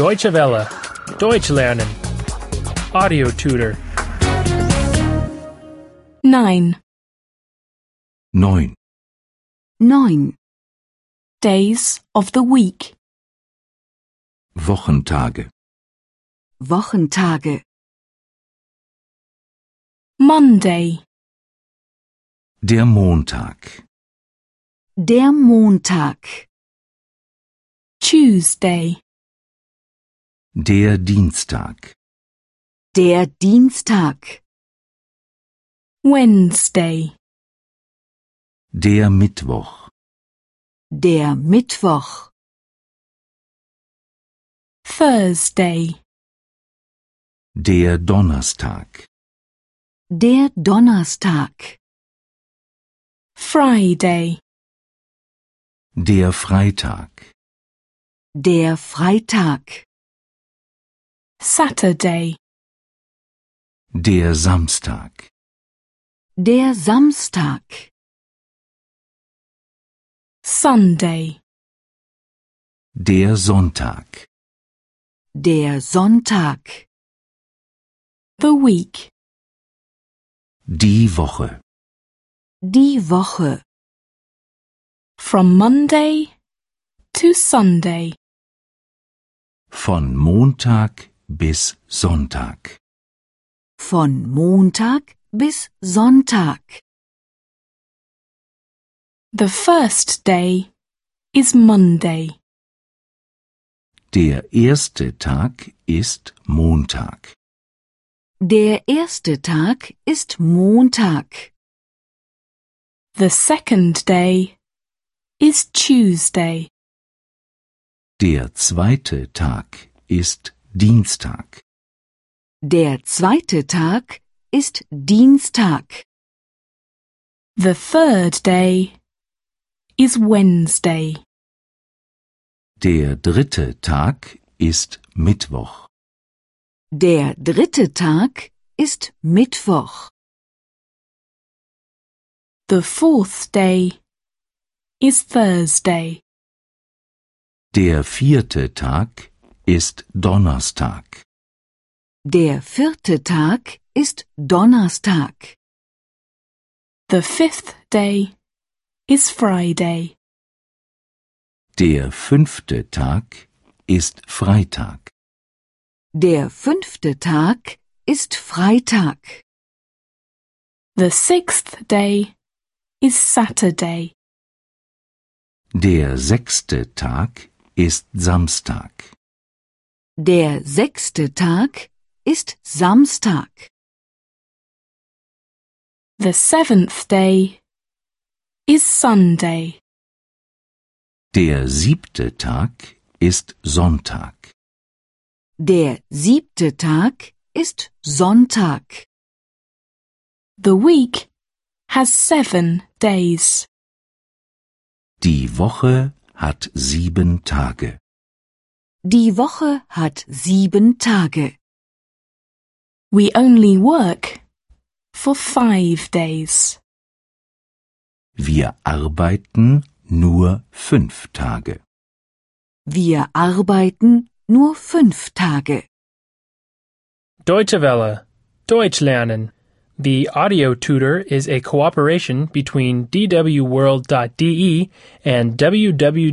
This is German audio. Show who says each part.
Speaker 1: Deutsche Welle. Deutsch lernen. Audio tutor.
Speaker 2: 9.
Speaker 3: 9.
Speaker 4: 9.
Speaker 2: Days of the week.
Speaker 3: Wochentage.
Speaker 4: Wochentage.
Speaker 2: Monday,
Speaker 3: Der Montag.
Speaker 4: Der Montag.
Speaker 2: Tuesday,
Speaker 3: Der Dienstag.
Speaker 4: Der Dienstag.
Speaker 2: Wednesday,
Speaker 3: Der Mittwoch.
Speaker 4: Der Mittwoch.
Speaker 2: Thursday,
Speaker 3: Der Donnerstag.
Speaker 4: Der Donnerstag.
Speaker 2: Friday,
Speaker 3: Der Freitag.
Speaker 4: Der Freitag.
Speaker 2: Saturday,
Speaker 3: Der Samstag.
Speaker 4: Der Samstag.
Speaker 2: Sunday,
Speaker 3: Der Sonntag.
Speaker 4: Der Sonntag.
Speaker 2: the week,
Speaker 3: Die Woche.
Speaker 4: Die Woche.
Speaker 2: from Monday to Sunday.
Speaker 3: Von Montag bis Sonntag.
Speaker 4: Von Montag bis Sonntag.
Speaker 2: The first day is Monday.
Speaker 3: Der erste Tag ist Montag.
Speaker 4: Der erste Tag ist Montag.
Speaker 2: The second day is Tuesday.
Speaker 3: Der zweite Tag ist Dienstag.
Speaker 4: Der zweite Tag ist Dienstag.
Speaker 2: The third day is Wednesday.
Speaker 3: Der dritte Tag ist Mittwoch.
Speaker 4: Der dritte Tag ist Mittwoch.
Speaker 2: The fourth day is Thursday.
Speaker 3: Der vierte Tag ist Donnerstag.
Speaker 4: Der vierte Tag ist Donnerstag.
Speaker 2: The fifth day is Friday.
Speaker 3: Der fünfte Tag ist Freitag.
Speaker 4: Der fünfte Tag ist Freitag.
Speaker 2: The sixth day is Saturday.
Speaker 3: Der sechste Tag ist Samstag.
Speaker 4: Der sechste Tag ist Samstag.
Speaker 2: The seventh day is Sunday.
Speaker 3: Der siebte Tag ist Sonntag.
Speaker 4: Der siebte Tag ist Sonntag.
Speaker 2: The week has seven days.
Speaker 3: Die Woche hat sieben Tage.
Speaker 4: Die Woche hat sieben Tage.
Speaker 2: We only work for five days.
Speaker 3: Wir arbeiten nur fünf Tage.
Speaker 4: Wir arbeiten nur fünf Tage.
Speaker 1: Deutsche Welle. Deutsch lernen. The audio tutor is a cooperation between E dwworld.de and www.book2.de.